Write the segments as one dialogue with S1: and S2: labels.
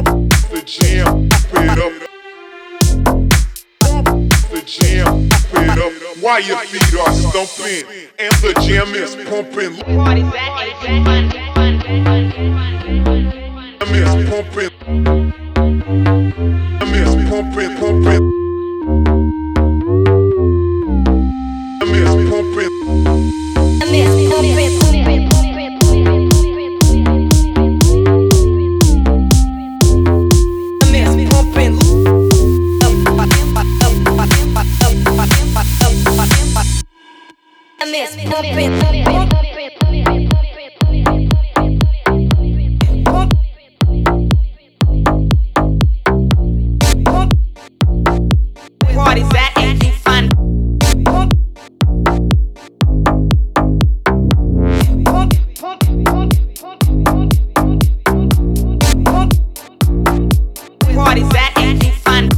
S1: the jam, put up. The jam, put up. While your feet are stumping and the jam is pumping,
S2: Party Saturday, Saturday.
S1: jam is pumping. Jam is pumping, pumping. Jam is pumping.
S2: Party Saturday, fun. Party Saturday, fun.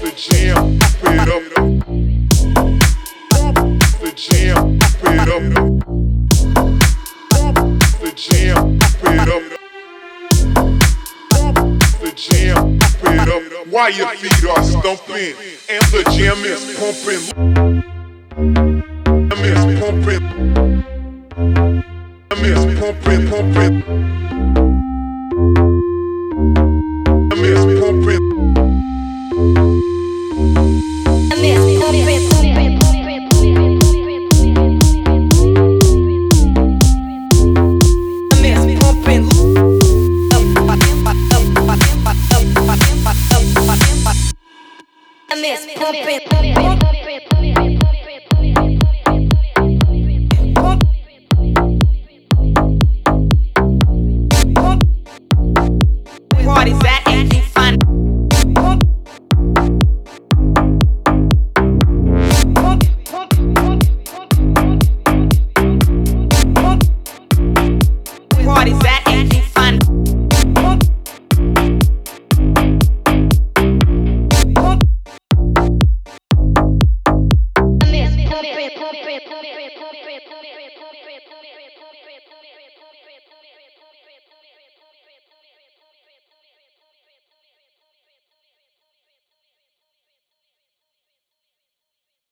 S1: The jam, put up. The jam, put up. The jam, put up. The jam, put up. While your feet are stumping and the jam is pumping. Jam is pumping. Jam is pumping, pumping. Jam is pumping.
S3: Miss Pumpin'.